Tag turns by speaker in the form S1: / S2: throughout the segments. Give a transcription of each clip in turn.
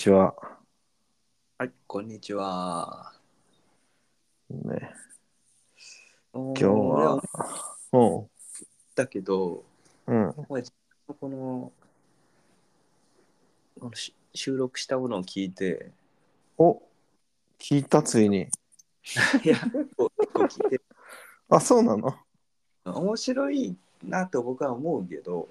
S1: ちは。
S2: はい、こんにちは。
S1: ね、
S2: 今
S1: 今日は。うん。
S2: だけど、
S1: うん。
S2: このこのし収録したものを聞い て、
S1: お聞いたついに。
S2: いや、結構結構聞いて、
S1: あ、そうなの
S2: 面白いなと僕は思うけど、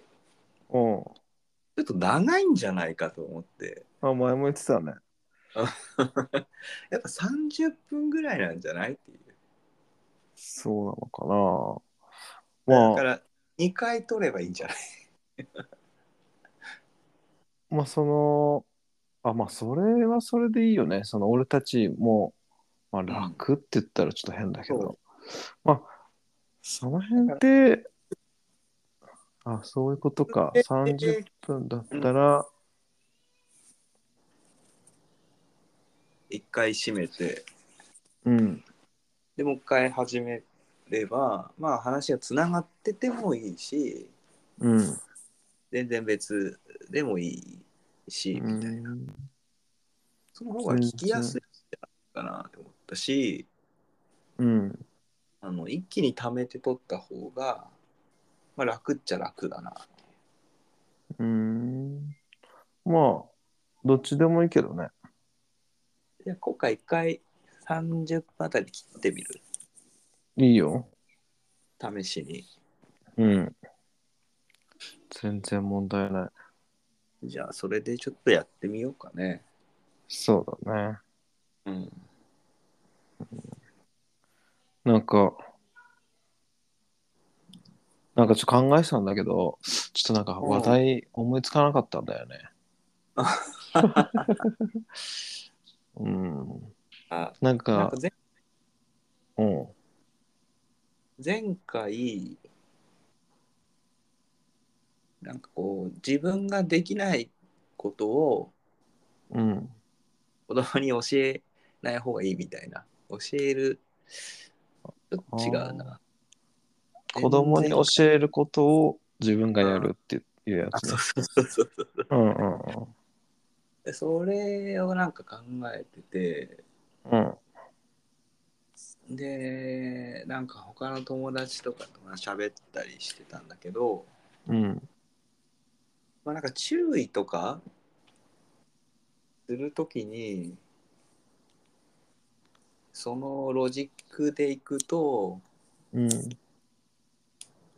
S1: う
S2: ちょっと長いんじゃないかと思って、
S1: ん。あ、前も言ってたね。
S2: やっぱ30分ぐらいなんじゃないっていう。
S1: そうなのかな。
S2: だ
S1: ま
S2: か
S1: あ、
S2: ら2回取ればいいんじゃ ない
S1: まあ、その、あ、まあ、それはそれでいいよね。その、俺たちも、まあ、楽って言ったらちょっと変だけ
S2: そ
S1: ど。まあ、その辺で、あ、そういうことか。
S2: え
S1: 30分だったら、
S2: ?1 回閉めて、
S1: うん。
S2: でもう1回始めれば、まあ話がつながっててもいいし、
S1: うん。
S2: 全然別でもいいし、みたいな
S1: うん
S2: その方が聞きやすいんじゃないかなって思ったし
S1: うん。
S2: あの一気に貯めて取った方が、まあ、楽っちゃ楽だな
S1: うーん。まあ、どっちでもいいけどね。
S2: じゃあ今回一回30分あたり切ってみる
S1: いいよ。
S2: 試しに
S1: うん。全然問題ない。
S2: じゃあそれでちょっとやってみようかね
S1: そうだね。
S2: うん
S1: なんか、なんかちょっと考えてたんだけど、ちょっとなんか話題思いつかなかったんだよね。 うん。
S2: あ
S1: なん
S2: なん
S1: か
S2: か、前
S1: うん。
S2: 前回なんかこう自分ができないことを
S1: うん。
S2: 子供に教えない方がいいみたいな教えるちょっと違うな
S1: 子供に
S2: 全然
S1: 教えることを自分がやるっていうや
S2: あ
S1: つね
S2: そう。そうそうそうそう
S1: うんうん
S2: でそれをなんか考えてて
S1: うん。うん。
S2: でなんか他の友達とかとまあ喋ったりしてたんだけど、
S1: うん。
S2: まあ、なんか注意とかするときにそのロジックでいくと
S1: うん。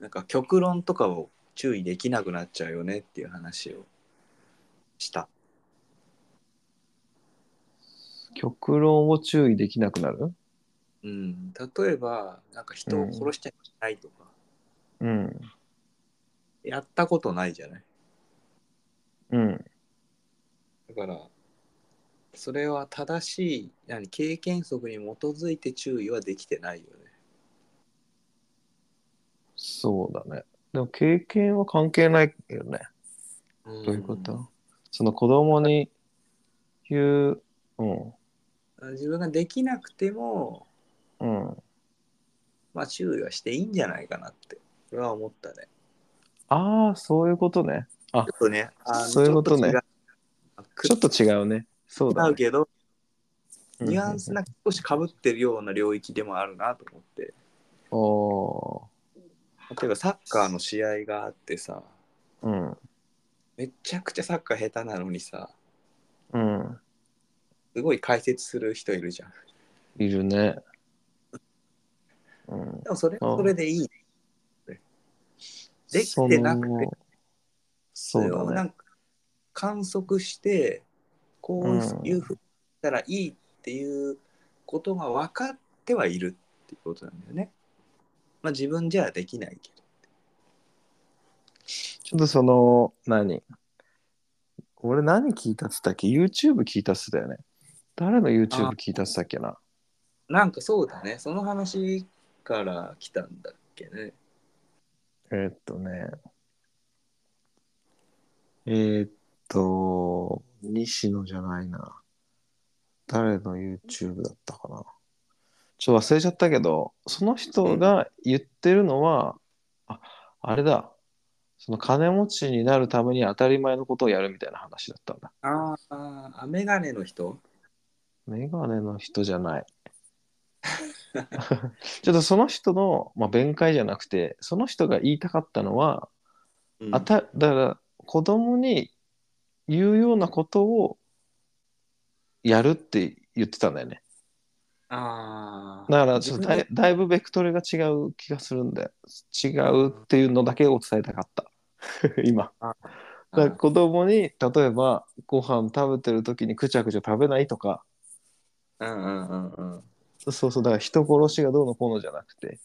S2: なんか極論とかを注意できなくなっちゃうよねっていう話をした。
S1: 極論を注意できなくなる
S2: うん、例えばなんか人を殺しちゃいけないとか、
S1: うん。
S2: やったことないじゃない
S1: うん。
S2: だからそれは正しい何経験則に基づいて注意はできてないよね。
S1: そうだね。でも経験は関係ないよね。
S2: ど
S1: どういうこと、その子供に言う、うん。
S2: 自分ができなくても、
S1: うん。
S2: まあ、注意はしていいんじゃないかなってそれは思ったね。
S1: ああ、そういうことね。
S2: ちょっとねあの
S1: そういうことね
S2: ちょっと違う
S1: ちょっと違うね。そうだ、
S2: 違う
S1: ね。
S2: けど、
S1: うん
S2: ニュアンスなんか少しかぶってるような領域でもあるなと思って。
S1: お
S2: 例えばサッカーの試合があってさ
S1: ーうん。
S2: めちゃくちゃサッカー下手なのにさ
S1: うん。
S2: すごい解説する人いるじゃん
S1: いるね。うん。
S2: でもそれ
S1: ああ
S2: はそれでいいできてなくて
S1: そのそう
S2: れを
S1: だ
S2: な
S1: ね。
S2: んか観測してこういうふうにしたらいいっていうことが分かってはいるっていうことなんだよねまあ自分じゃできないけど
S1: ちょっとその、何俺何聞いたっつったっけ ?YouTube 聞いたっつったよね。誰の YouTube 聞いたっつったっけな
S2: なんかそうだねその話から来たんだっけね
S1: えーっとね。えーっと、西野じゃないな。誰の YouTube だったかな。ちょっと忘れちゃったけど、その人が言ってるのは、あ、あれだ。その金持ちになるために当たり前のことをやるみたいな話だったんだ。
S2: ああ、あメガネの人
S1: メガネの人じゃない。 ちょっとその人の、まあ、弁解じゃなくて、その人が言いたかったのは、
S2: うん
S1: あただから子供に言うようなことをやるって言ってたんだよね。
S2: あー
S1: だからちょっとだ
S2: 自
S1: いだいぶベクトルが違う気がするんで違うっていうのだけを伝えたかった 今だから
S2: 分の
S1: 子供に例えばご飯食べてる時にくちゃくちゃ食べないとか
S2: うんうんうん
S1: そうそうだから人殺しがどうのこうのじゃなくて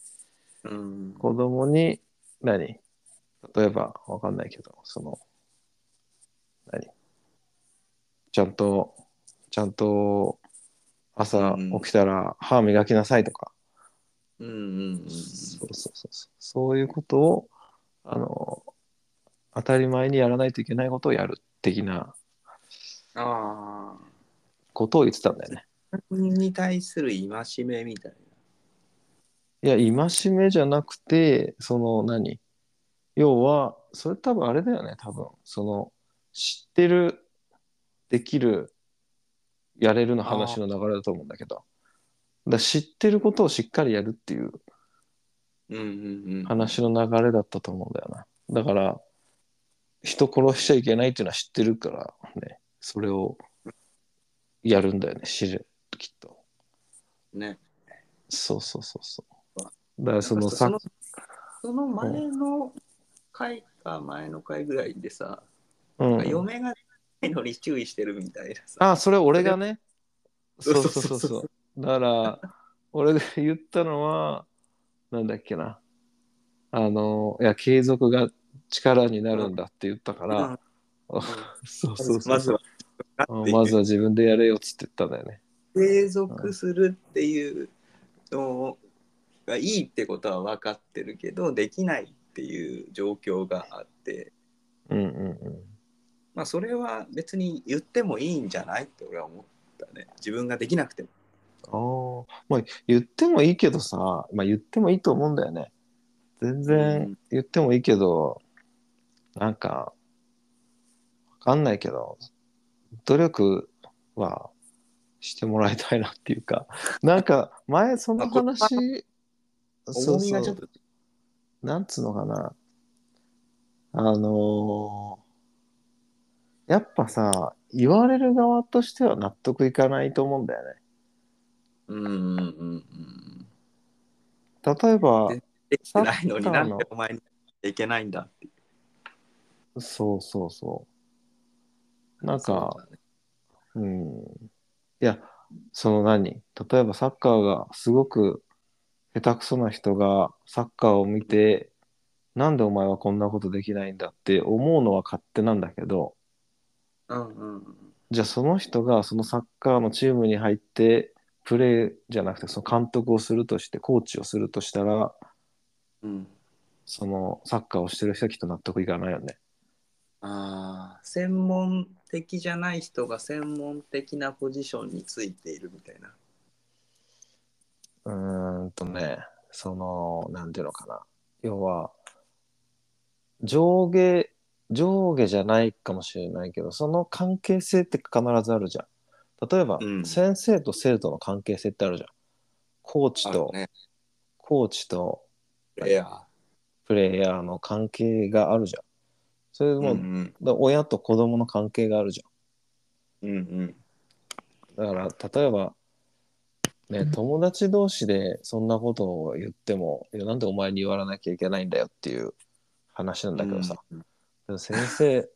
S2: うん。うん
S1: 子供に何例えばわかんないけどその何ちゃんとちゃんと朝起きたら歯磨きなさいとか、
S2: うんうんうん。
S1: そうそうそうそうそういうことをあの当たり前にやらないといけないことをやる的な
S2: ああ。
S1: ことを言ってたんだよね。
S2: 自分に対する戒めみたい
S1: いや戒めじゃなくてその何要はそれ多分あれだよね多分その知ってるできるやれるの話の流れだと思うんだけどだから知ってることをしっかりやるっていう
S2: な。うんうんうん。
S1: 話の流れだったと思うんだよなだから人殺しちゃいけないっていうのは知ってるからねそれをやるんだよね知るきっと
S2: ね。
S1: そうそうそうそうだからその
S2: そ
S1: さ
S2: のその前の回か前の回ぐらいでさ、
S1: うん
S2: 嫁がないのに注意してるみたいなさ。
S1: あ、それ俺がね。そ
S2: そうれ
S1: そうそうそう。だから、俺が言ったのは、なんだっけな。あの、いや、継続が力になるんだって言ったから、
S2: うん
S1: そうそうそう。
S2: まずは
S1: うんまずは自分でやれよっつって言ったんだよね。
S2: 継続するっていうのがいいってことは分かってるけどできないっていう状況があって、
S1: うんうん
S2: まあ、それは別に言ってもいいんじゃないって俺は思ったね自分ができなくても。
S1: うん。ああ。まあ、言ってもいいけどさ、まあ言ってもいいと思うんだよね。全
S2: う
S1: 然
S2: ん
S1: 言ってもいいけど、なんか、わかんないけど、努力はしてもらいたいなっていうか、 なんか前その話、そう
S2: 重み
S1: そ
S2: がちょっ
S1: う、
S2: と
S1: なんつうのかな、あのーやっぱさ、言われる側としては納得いかないと思うんだよね。
S2: うんうんうんうん。
S1: 例えば、
S2: でできてないのに
S1: サッカ
S2: な
S1: ーの
S2: んでお前にいけないんだっていう
S1: そうそうそう。なんか、
S2: そうだね
S1: うんいや、その何例えばサッカーがすごく下手くそな人がサッカーを見て、なんでお前はこんなことできないんだって思うのは勝手なんだけど、
S2: うんうん
S1: じゃあその人がそのサッカーのチームに入って、プレーじゃなくてその監督をするとして、コーチをするとしたら、
S2: うん。
S1: そのサッカーをしてる人はきっと納得いかないよね。
S2: ああ、専門的じゃない人が専門的なポジションについているみたいな。
S1: うーんとね、その、なんていうのかな。要は、上下、上下じゃないかもしれないけど、その関係性って必ずあるじゃん。例えば、
S2: うん
S1: 先生と生徒の関係性ってあるじゃん。コーチと、
S2: あるね、
S1: コーチと
S2: いや、
S1: プレイヤーの関係があるじゃん。それ
S2: う
S1: も、
S2: ん
S1: だ親と子供の関係があるじゃん。
S2: うんうん
S1: だから例えば、ね、友達同士でそんなことを言っても「いやなんでお前に言わなきゃいけないんだよ」っていう話なんだけどさ、
S2: うん
S1: でも先生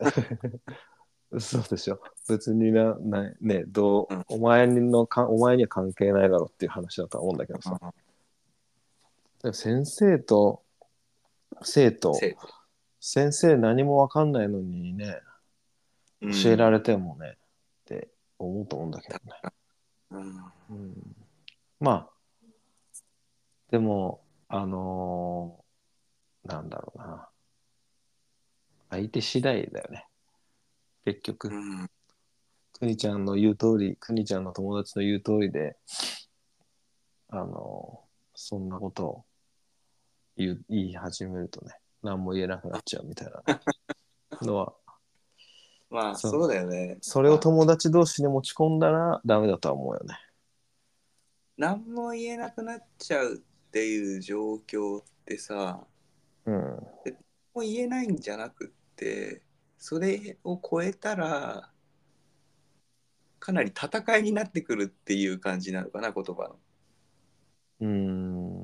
S1: そうでしょ別になな、ね、どう
S2: うん
S1: お前のかお前には関係ないだろうっていう話だとは思うんだけどさ、でも先生と生徒
S2: 生徒
S1: 先生何も分かんないのにね教えられてもね、って思うと思うんだけどね。
S2: うん
S1: うんまあでもあのーなんだろうな相手次第だよね結局
S2: うん
S1: くにちゃんの言う通りくにちゃんの友達の言う通りであのーそんなことを言う言い始めるとね何も言えなくなっちゃうみたいなのは
S2: まあ、
S1: そう
S2: そうだよね。
S1: それを友達同士に持ち込んだらダメだとは思うよね。
S2: 何も言えなくなっちゃうっていう状況ってさ、
S1: うん
S2: もう言えないんじゃなくって、それを超えたら、かなり戦いになってくるっていう感じなのかな、言葉の。
S1: うーん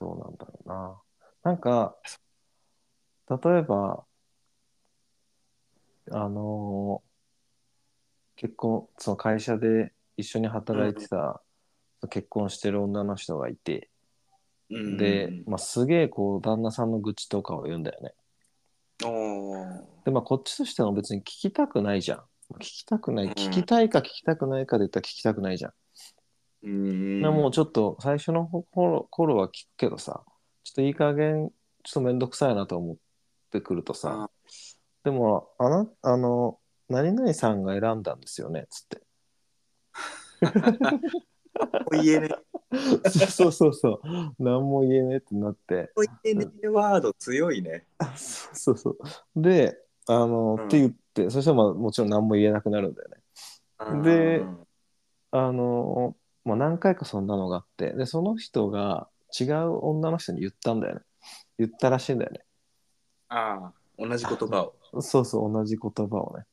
S1: どうなんだろうな。なんか、例えば、あのー結婚、その会社で一緒に働いてた、結婚してる女の人がいて、
S2: うん
S1: で、まあ、すげえこう、旦那さんの愚痴とかを言うんだよね。
S2: お
S1: で、まあ、こっちとしても別に聞きたくないじゃん。聞きたくない、
S2: うん
S1: 聞きたいか聞きたくないかで言ったら聞きたくないじゃん。
S2: うん
S1: なもうちょっと最初の頃頃は聞くけどさちょっといい加減ちょっとめんどくさいなと思ってくるとさでもあなあの何々さんが選んだんですよねつ って
S2: 言えね
S1: そうそうそうそう何も言えねえってなって
S2: お言えねワード強いね。
S1: そうそうそうであの、
S2: うん
S1: って言ってそしたらまあもちろん何も言えなくなるんだよねで
S2: うん
S1: あの、まあ、何回かそんなのがあってでその人が違う女の人に言ったんだよね言ったらしいんだよね
S2: ああ、同じ言葉を。
S1: そうそう同じ言葉をね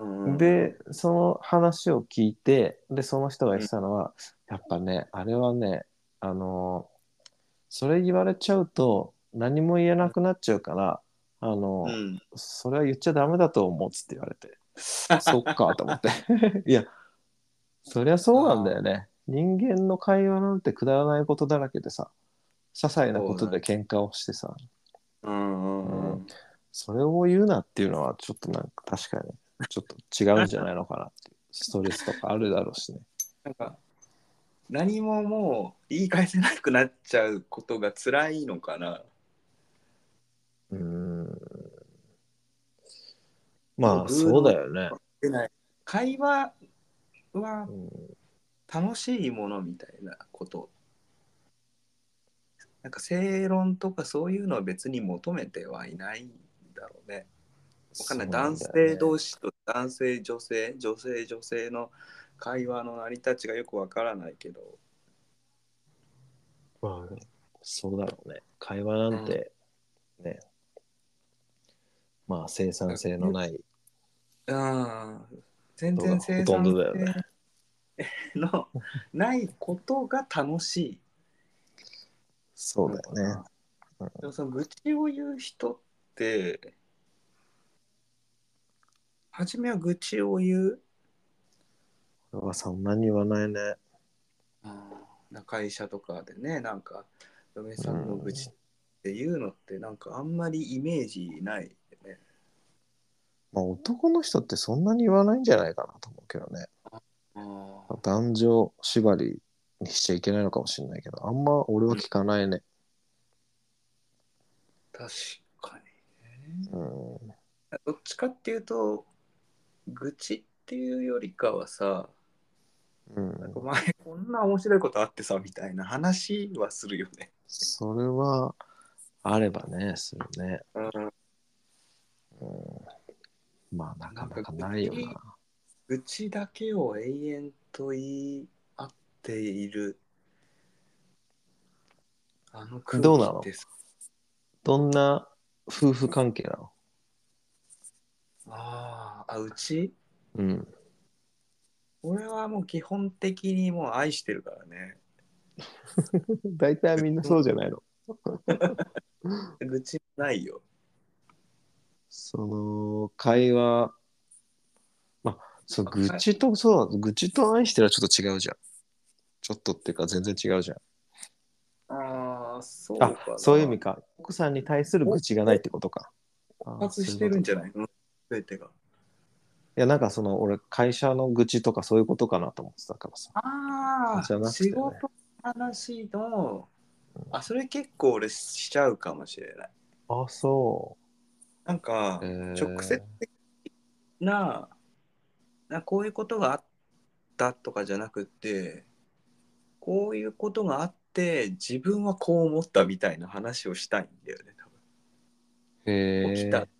S2: うん、
S1: でその話を聞いてでその人が言ってたのは、やっぱねあれはねあのーそれ言われちゃうと何も言えなくなっちゃうからあの
S2: う
S1: ー、
S2: ん、
S1: それは言っちゃダメだと思うっつって言われてそっかと思って いやそりゃそうなんだよね人間の会話なんてくだらないことだらけでさ些細なことで喧嘩をしてさ
S2: うんうんう
S1: うん
S2: ん
S1: それを言うなっていうのはちょっとなんか確かにちょっと違うんじゃないのかなっていうストレスとかあるだろうしね。
S2: なんか何ももう言い返せなくなっちゃうことが辛いのかな。
S1: うーんまあ
S2: 僕
S1: そうだよね。
S2: 出ない会話は
S1: うん
S2: 楽しいものみたいなこと。なんか正論とかそういうのは別に求めてはいないんだろうね。わかんない、男性
S1: 士。
S2: 同士と男性女性女性女性の会話の成り立ちがよくわからないけど
S1: まあねそうだろうね。会話なんてね、まあ生産性のない
S2: うん全然
S1: ほ
S2: 生
S1: とん
S2: 産
S1: どだよね
S2: 性のないことが楽しい。
S1: そうだよね。
S2: でもその愚痴を言う人って初めは愚痴を言う
S1: 俺はそんなに言わないね。
S2: うん会社とかでねなんか嫁さんの愚痴っていうのってなんかあんまりイメージないよね。
S1: まあ男の人ってそんなに言わないんじゃないかなと思うけどね。
S2: うん
S1: 男女縛りにしちゃいけないのかもしれないけどあんま俺は聞かないね、
S2: 確かにね。
S1: うん
S2: どっちかっていうと愚痴っていうよりかはさ
S1: うん
S2: なんか前こんな面白いことあってさみたいな話はするよね。
S1: それはあればねするね、
S2: うん、
S1: うん、まあなかなかないよな
S2: 愚痴だけを永遠と言い合っているあの空
S1: どうなの
S2: 気です。
S1: どんな夫婦関係なの
S2: あーあうち
S1: うん
S2: 俺はもう基本的にもう愛してるからね。
S1: 大体みんなそうじゃないの
S2: 愚痴ないよ。
S1: その会話まあそう愚痴とそうだ愚痴と愛してるはちょっと違うじゃんちょっとっていうか全然違うじゃん
S2: ああそう
S1: あ
S2: かな。
S1: そういう意味か奥さんに対する愚痴がないってことか
S2: 復活してるんじゃ
S1: い
S2: ないの全てが。
S1: いやなんかその俺会社の愚痴とかそういうことかなと思ってたからさ
S2: あ
S1: じゃ
S2: あ、
S1: なくてね
S2: 仕事の話の、あ、それ結構俺しちゃうかもしれない。
S1: あそ
S2: なんか
S1: う、、
S2: 直接的な、なこういうことがあったとかじゃなくて、こういうことがあって、自分はこう思ったみたいな話をしたいんだよね、多分。
S1: へえ
S2: 起きた起き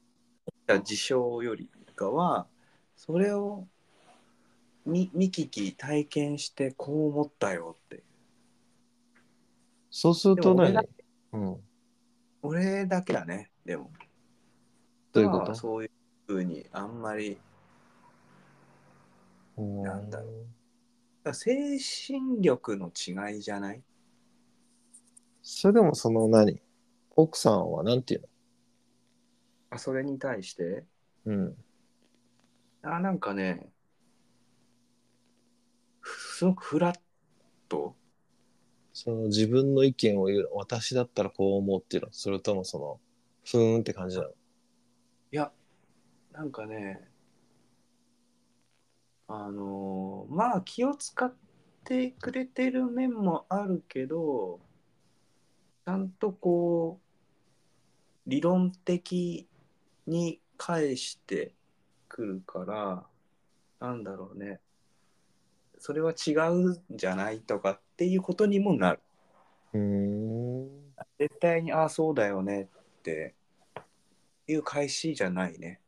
S2: た事象よりかはそれを見見聞き体験してこう思ったよって
S1: そうすると何
S2: でも
S1: うん、
S2: 俺だけだねでも
S1: どういうこ
S2: ま
S1: と
S2: あそういうふうにあんまり
S1: うん
S2: なんだろだから精神力の違いじゃない
S1: それでもその何奥さんはなんていう
S2: あそれに対して
S1: のうん。
S2: あなんかねふすごくフラット
S1: その自分の意見を言うの私だったらこう思うっていうのそれともそのふーんって感じなの
S2: いやなんかねあのーまあ気を使ってくれてる面もあるけどちゃんとこう理論的に返してくるからなんだろうねそれは違うんじゃないとかっていうことにもなる
S1: うーん
S2: 絶対にああそうだよねっていう返しじゃないね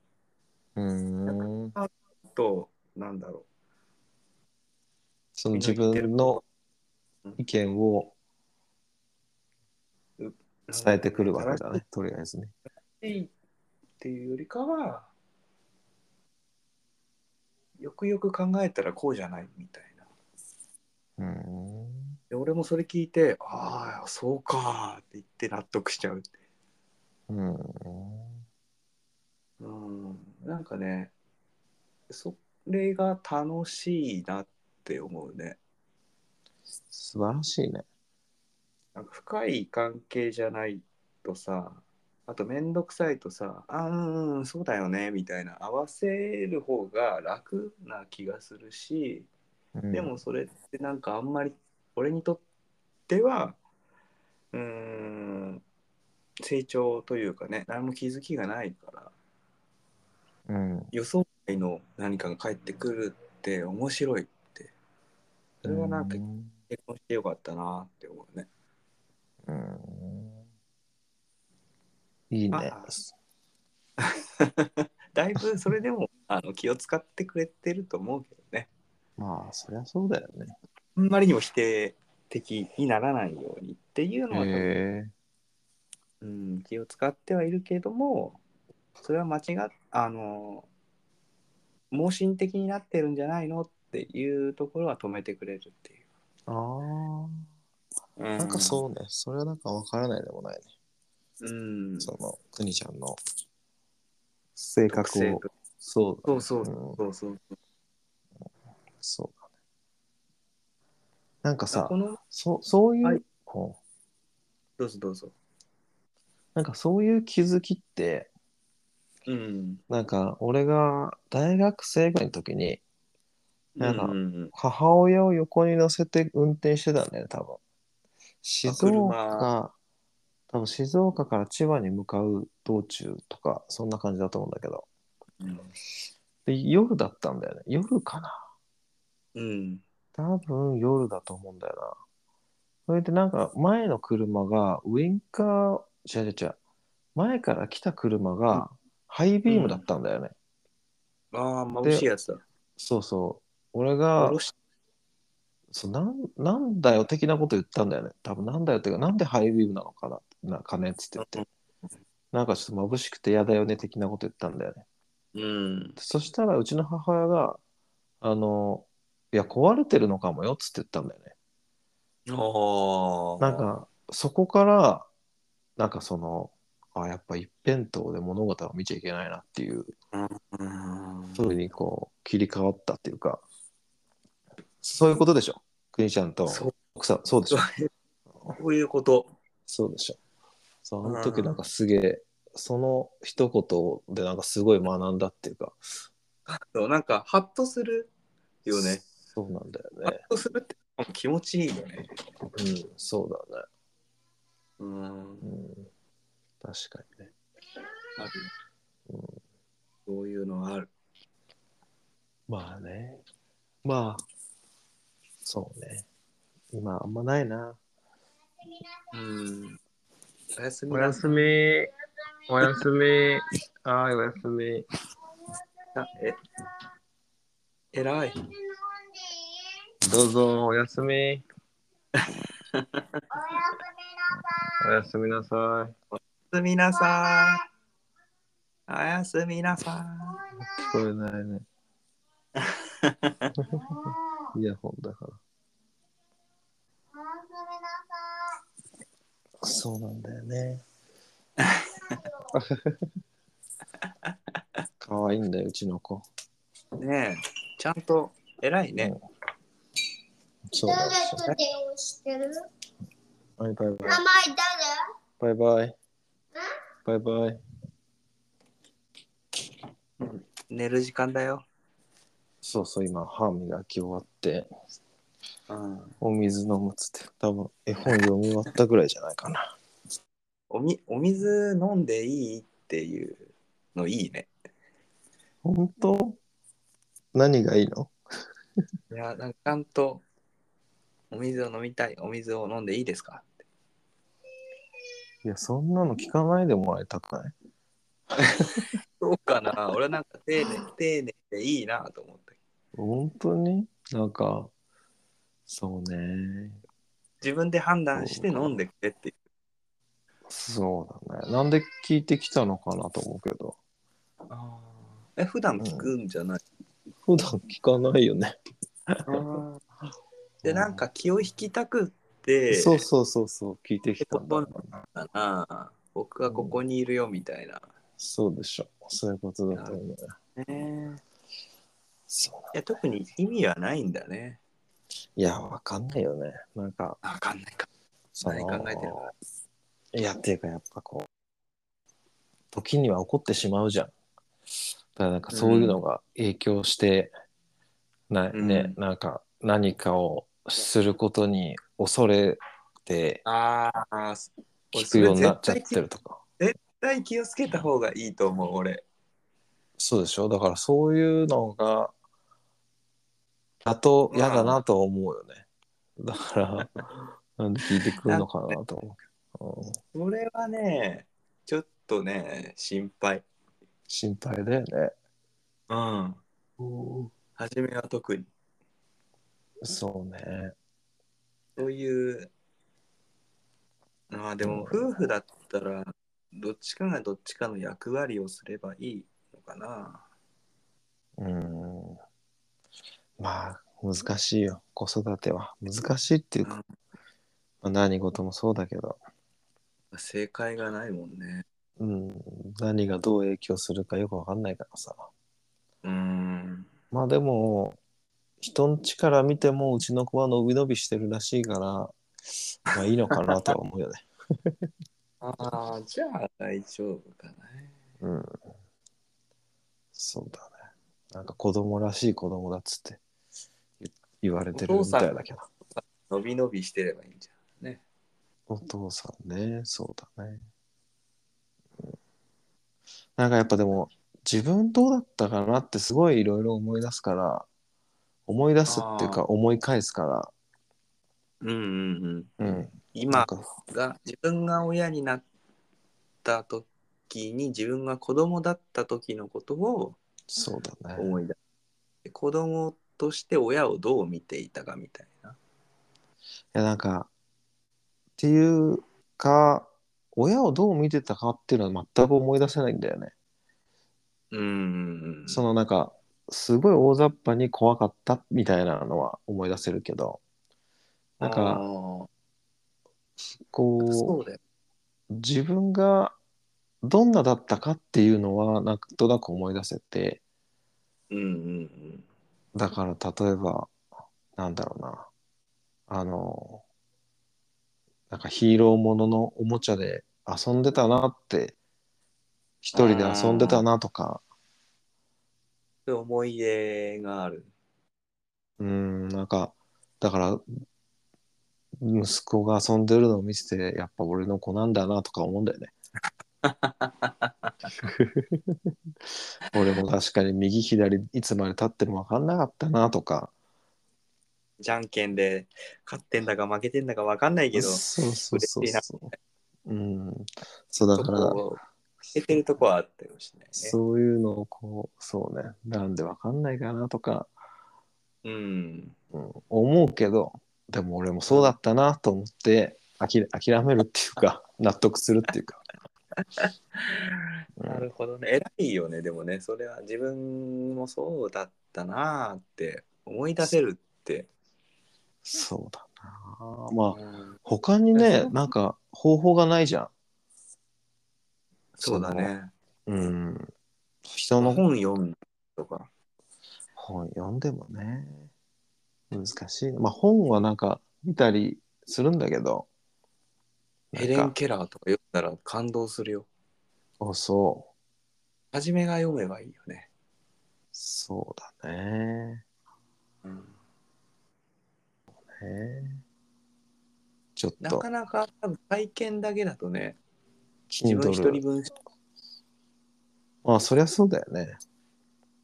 S1: うーん
S2: となんだろ
S1: その自分の意見を
S2: う
S1: 伝えてくるわけだ
S2: 正し
S1: ねとりあえずね。
S2: いっていうよりかはよくよく考えたらこうじゃないみたいな
S1: うーん
S2: で俺もそれ聞いてああそうかって言って納得しちゃう
S1: うん
S2: うんなんかねそれが楽しいなって思うね
S1: 素晴らしいね。
S2: なんか深い関係じゃないとさあと面倒くさいとさあうんうんそうだよねみたいな合わせる方が楽な気がするし
S1: うん
S2: でもそれってなんかあんまり俺にとってはうーん成長というかね何も気づきがないから
S1: うん
S2: 予想外の何かが返ってくるって面白いってそれはなんか
S1: うん
S2: 結婚してよかったなって思うね。
S1: うんいいね。
S2: あだいぶそれでも あの気を使ってくれてると思うけどね
S1: まあそりゃそうだよね。
S2: あんまりにも否定的にならないようにっていうのは、
S1: へ
S2: うん、気を使ってはいるけれどもそれは間違っあの盲信的になってるんじゃないのっていうところは止めてくれるっていう。
S1: ああなんかそうねそれはなんかわからないでもないね。
S2: うん、うん、
S1: そのくにちゃんの性格
S2: 特性
S1: を
S2: と
S1: そうだ
S2: そうそう
S1: うん
S2: そうそう
S1: そうだね。なんかさ
S2: この
S1: そそういう、
S2: はい
S1: こう
S2: どうぞどうぞ。
S1: なんかそういう気づきって
S2: うん。
S1: なんか俺が大学生ぐらいの時になんか
S2: うんうん
S1: 母親を横に乗せて運転してたんだよね多分静岡多分静岡から千葉に向かう道中とかそんな感じだと思うんだけど
S2: うん
S1: で夜だったんだよね夜かな
S2: うん。
S1: 多分夜だと思うんだよなそれでなんか前の車がウインカー違う違う違う前から来た車がハイビームだったんだよね、
S2: ああ、眩しいやつだ。
S1: そうそう俺が
S2: おろし
S1: そうなんなんだよ的なこと言ったんだよね多分なんだよっていうかなんでハイビームなのかななかねっつって言って、なんかちょっと眩しくて嫌だよね的なこと言ったんだよね
S2: うん。
S1: そしたらうちの母親があのいや壊れてるのかもよっつって言ったんだよね
S2: ああ。
S1: なんかそこからなんかそのあやっぱ一辺倒で物事を見ちゃいけないなっていう
S2: うん、
S1: ふうにこう切り替わったっていうかそういうことでしょ国ちゃんと
S2: そう
S1: 奥さんそうでしょ
S2: そういうこと。
S1: そうでしょ。そう、あの時なんかすげえ、その一言でなんかすごい学んだっていうか。
S2: そうなんか、ハッとするよね。
S1: そうなんだよ
S2: ハッ
S1: ね。
S2: とするって気持ちいいよね。
S1: うん、そうだね。
S2: うん。
S1: うん、確かにね。
S2: ある。
S1: うん
S2: そういうのある。
S1: まあね。まあ、そうね。今あんまないな。
S2: うん。おやすみ
S1: お
S2: な
S1: や
S2: さい
S1: すみ。
S3: おやすみ
S1: おやすみ。はい、おやすみ。
S2: あえ偉い。
S1: どうぞ、おやすみ。おやすみなさい。
S2: おやすみなさい。おやすみなさ
S1: 聞こえないね。イヤホンだから。そうなんだよね。かわいいんだよ、うちの子。
S2: い。ねえ、ちゃんと偉いね。
S1: そうなんですよ。はい、バイバイ。バイバイ。バイバイ。
S2: 寝る時間だよ。
S1: そうそう、今、歯磨き終わって、
S2: うん、
S1: お水飲むっつって、多分絵本読み終わったぐらいじゃないかな。
S2: おみお水飲んでいいっていうのいいね。
S1: 本当何がいいの
S2: いや、なんかちゃんとお水を飲みたい、お水を飲んでいいですかって
S1: いや、そんなの聞かないでもらいたくない
S2: そうかな、俺なんか丁 寧、丁寧でいいなと思って。
S1: 本当になんか、そうね。
S2: 自分で判断して飲んでくれっていう。
S1: そうだね。なんで聞いてきたのかなと思うけど。
S2: え、普段聞くんじゃない、
S1: 普段聞かないよね。
S2: で、なんか気を引きたくって、
S1: そうそうそうそう、聞いてきたんだろうな。
S2: かな僕がここにいるよみたいな。
S1: そうでしょ。そういうことだと思うよ。
S2: ね
S1: そう
S2: いや特に意味はないんだね。
S1: いや、わかんないよね。なんか、
S2: わかんないか。
S1: そ
S2: 何
S1: の
S2: 考えてるか。
S1: いや、っていうか、やっぱこう、時には怒ってしまうじゃん。だからなんかそういうのが影響して、な
S2: うん
S1: ね、なんか何かをすることに恐れて
S2: ああ、俺
S1: 聞
S2: そ
S1: く
S2: れ
S1: ようになっちゃ
S2: 絶
S1: っ
S2: 対気
S1: て
S2: 絶
S1: るとか。
S2: 対気をつけた方がいいと思う、俺。
S1: そうでしょだからそういうのが、だと嫌だなとは思うよね。だから、 なんで聞いてくるのかなと思うけど。うん
S2: それはね、ちょっとね、心配。
S1: 心配だよね。
S2: うん。初めは特に。
S1: そうね。
S2: そういう。まあでも、夫婦だったら、どっちかがどっちかの役割をすればいいのかな。
S1: うんまあ難しいよ子育ては難しいっていうか、
S2: うん
S1: まあ何事もそうだけど、
S2: 正解がないもんね。
S1: うん、何がどう影響するかよく分かんないからさ
S2: うん。
S1: まあでも人ん家から見てもうちの子は伸び伸びしてるらしいからまあいいのかなとは思うよね、
S2: ああ、じゃあ大丈夫かな。
S1: うん、そうだねなんか子供らしい子供だっつって言言われてるみたいだけど
S2: 伸び伸びしてればいいんじゃん。ね。
S1: お父さんね、そうだね。うんなんかやっぱでも、自分どうだったかなってすごいいろいろ思い出すから、思い出すっていうか思い返すか
S2: うんうんう
S1: ら、
S2: ん。
S1: うん。な
S2: 今
S1: んか
S2: が自分が親になった時に自分が子供だった時のことを
S1: そうだね。
S2: 思い出す、子供として親をどう見ていたかみたいな。
S1: いやなんか、っていうか、親をどう見てたかっていうのは全く思い出せないんだよね。
S2: うんうんうん。
S1: そのなんか、すごい大雑把に怖かったみたいなのは思い出せるけど、なん
S2: あ
S1: か、
S2: ー
S1: こう、
S2: そうだよ。
S1: 自分がどんなだったかっていうのはなんとなく思い出せて
S2: うんうん
S1: だから例えばなんだろうなあのなんかヒーローもののおもちゃで遊んでたなって一人で遊んでたなとか
S2: うん。思い出がある。
S1: うんなんかだから息子が遊んでるのを見せてやっぱ俺の子なんだなとか思うんだよね。 俺も確かに右左いつまで立っても分かんなかったなとか
S2: じゃんけんで勝ってんだか負けてんだか分かんないけど。
S1: そうそうそう
S2: 嬉しいな
S1: そう。うん、そうだから
S2: そこをえてるとこはあったりもしないね。
S1: そういうのをこう、そうね、なんでわかんないかなとか、
S2: うん。
S1: うん、思うけど、でも俺もそうだったなと思って、あき諦めるっていうか、 納得するっていう か。うん
S2: なるほどね。偉いよね、でもね、それは自分もそうだったなーって思い出せるって。
S1: そうだなあ。まあ、
S2: うん
S1: 他にね、なんか方法がないじゃん。
S2: そうだね。
S1: うん。人の
S2: 本読むとか。
S1: 本読んでもね、難しい。まあ本はなんか見たりするんだけど、
S2: ヘレ
S1: なん
S2: ン・
S1: か
S2: ケラーとか読んだら感動するよ。
S1: おそう、
S2: 初めが読めばいいよね。
S1: そうだね。
S2: うん
S1: へえちょっ
S2: な
S1: と
S2: か、なか多分体験だけだとね、自分一
S1: Kindle
S2: 人。分、
S1: まあそりゃそうだよね。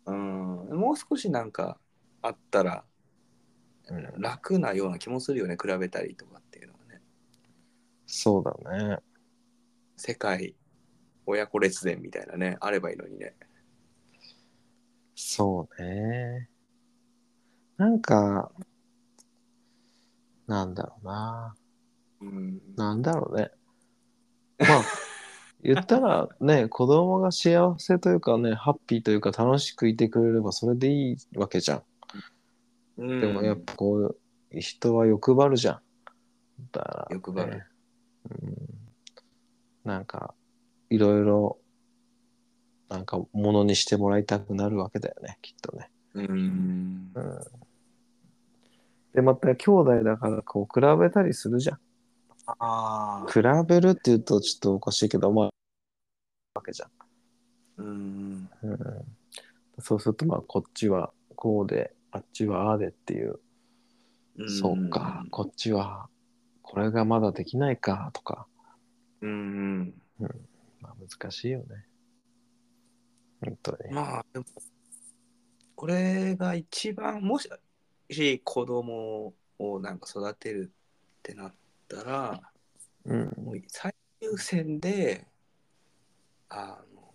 S2: うん、もう少しなんかあったら
S1: うん、
S2: 楽なような気もするよね、比べたりとかっていうのはね。
S1: そうだね。
S2: 世界親子列伝みたいなね、あればいいのにね。
S1: そうね。なんか、なんだろうな。
S2: うん、
S1: なんだろうね。 まあ、言ったらね、子供が幸せというかね、ハッピーというか楽しくいてくれればそれでいいわけじゃん。でもやっぱこう、人は欲張るじゃん。だから、
S2: 欲張る。
S1: うん、なんか、いろいろ、なんか、ものにしてもらいたくなるわけだよね、きっとね。
S2: うん
S1: う、ん。で、また、兄弟だから、こう、比べたりするじゃん。
S2: ああ、
S1: 比べるっていうとちょっとおかしいけど、まあ、わけじゃん。
S2: うん、
S1: うん、そうすると、まあ、こっちはこうで、あっちはああでっていう、そうか、こっちはこれがまだできないかとか、
S2: うん、
S1: まあ、難しいよね。本当に。
S2: まあでもこれが一番もし子供をなんか育てるってなったら
S1: うん、
S2: もう最優先であの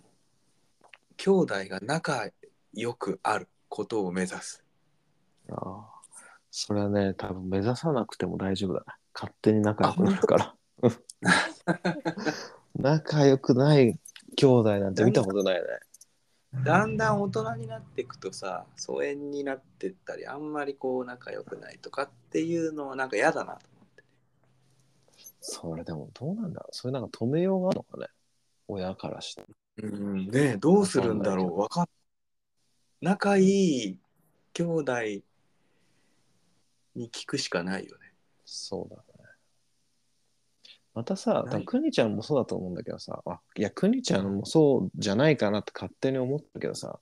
S2: 兄弟が仲良くあることを目指す
S1: ああそれはね、多分目指さなくても大丈夫だね。勝手に仲良くなるから。うん仲良くない兄弟なんて見たことないね。
S2: だんだん大人になっていくとさ疎遠になってったりあんまりこう仲良くないとかっていうのはなんか嫌だなと思って
S1: それでもどうなんだろうそれなんか止めようがあるのかね親からして。
S2: うん、ねえどうするんだろうわかん仲いい兄弟に聞くしかないよね。
S1: そうだね。またさ、
S2: な
S1: た
S2: い
S1: くにちゃんもそうだと思うんだけどさ、あいや、くにちゃんもそうじゃないかなって勝手に思ったけどさ、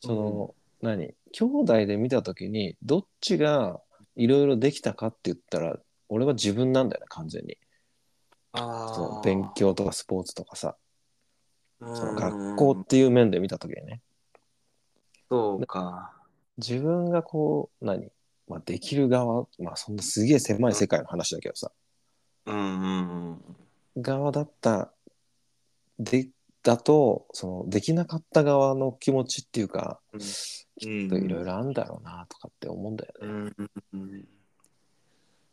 S1: その、何兄弟で見た時に、どっちがいろいろできたかって言ったら、俺は自分なんだよね、完全に。そ
S2: あ
S1: の
S2: あ
S1: 勉強とかスポーツとかさ、
S2: 強
S1: その学校っていう面で見た時にね、
S2: そうか。
S1: 自分がこう、何まあ、できる側、まあ、そんなすげえ狭い世界の話だけどさ、
S2: うんうんうん。
S1: 側だったでだとそのできなかった側の気持ちっていうか、
S2: うん
S1: きっといろいろあるんだろうなとかって思うんだよね。
S2: うんうん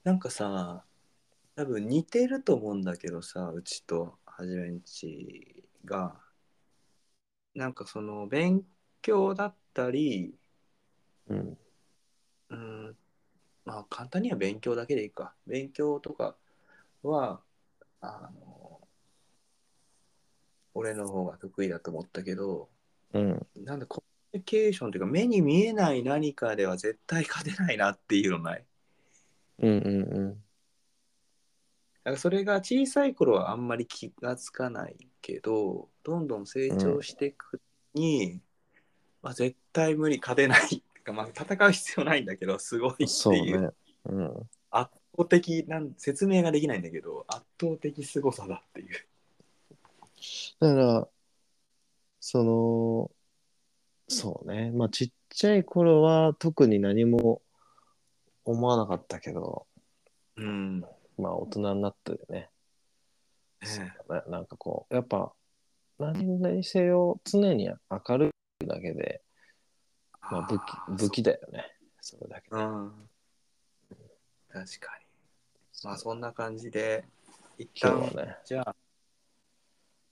S2: なんかさ多分似てると思うんだけどさうちとはじめんちがなんかその勉強だったり
S1: うん
S2: うんまあ簡単には勉強だけでいいか勉強とかはあの俺の方が得意だと思ったけど
S1: うん、
S2: なんでコミュニケーションというか目に見えない何かでは絶対勝てないなっていうのない
S1: うんうん
S2: なんかそれが小さい頃はあんまり気がつかないけどどんどん成長していくに、まあ、絶対無理勝てないまあ戦う必要ないんだけどすごいっ
S1: う
S2: てい
S1: ん、そう
S2: う
S1: ね、うん、
S2: 圧倒的なん説明ができないんだけど圧倒的凄さだっていう。
S1: だからそのそうねまあちっちゃい頃は特に何も思わなかったけど
S2: うんね
S1: まあ大人になってね、
S2: え
S1: ななんかこうやっぱ何にせよ常に明るいだけで、まあ、武
S2: あー
S1: 器武器だよねそれだけ
S2: うん。確かに。まあそんな感じで、一旦
S1: 今日はね
S2: じゃあ、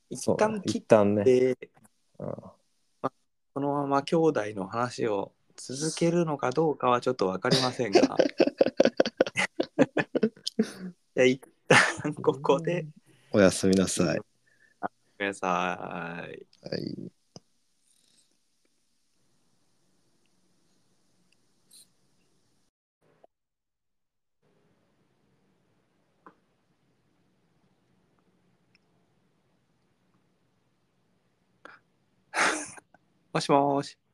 S2: 一
S1: そうだね
S2: 旦切っ
S1: 一旦ね、
S2: て、
S1: うん、
S2: このまま兄弟の話を続けるのかどうかはちょっとわかりません が。じゃあ一旦ここで、
S1: おやすみなさい、
S2: ごめんなさい。
S1: はい
S2: もしもーし。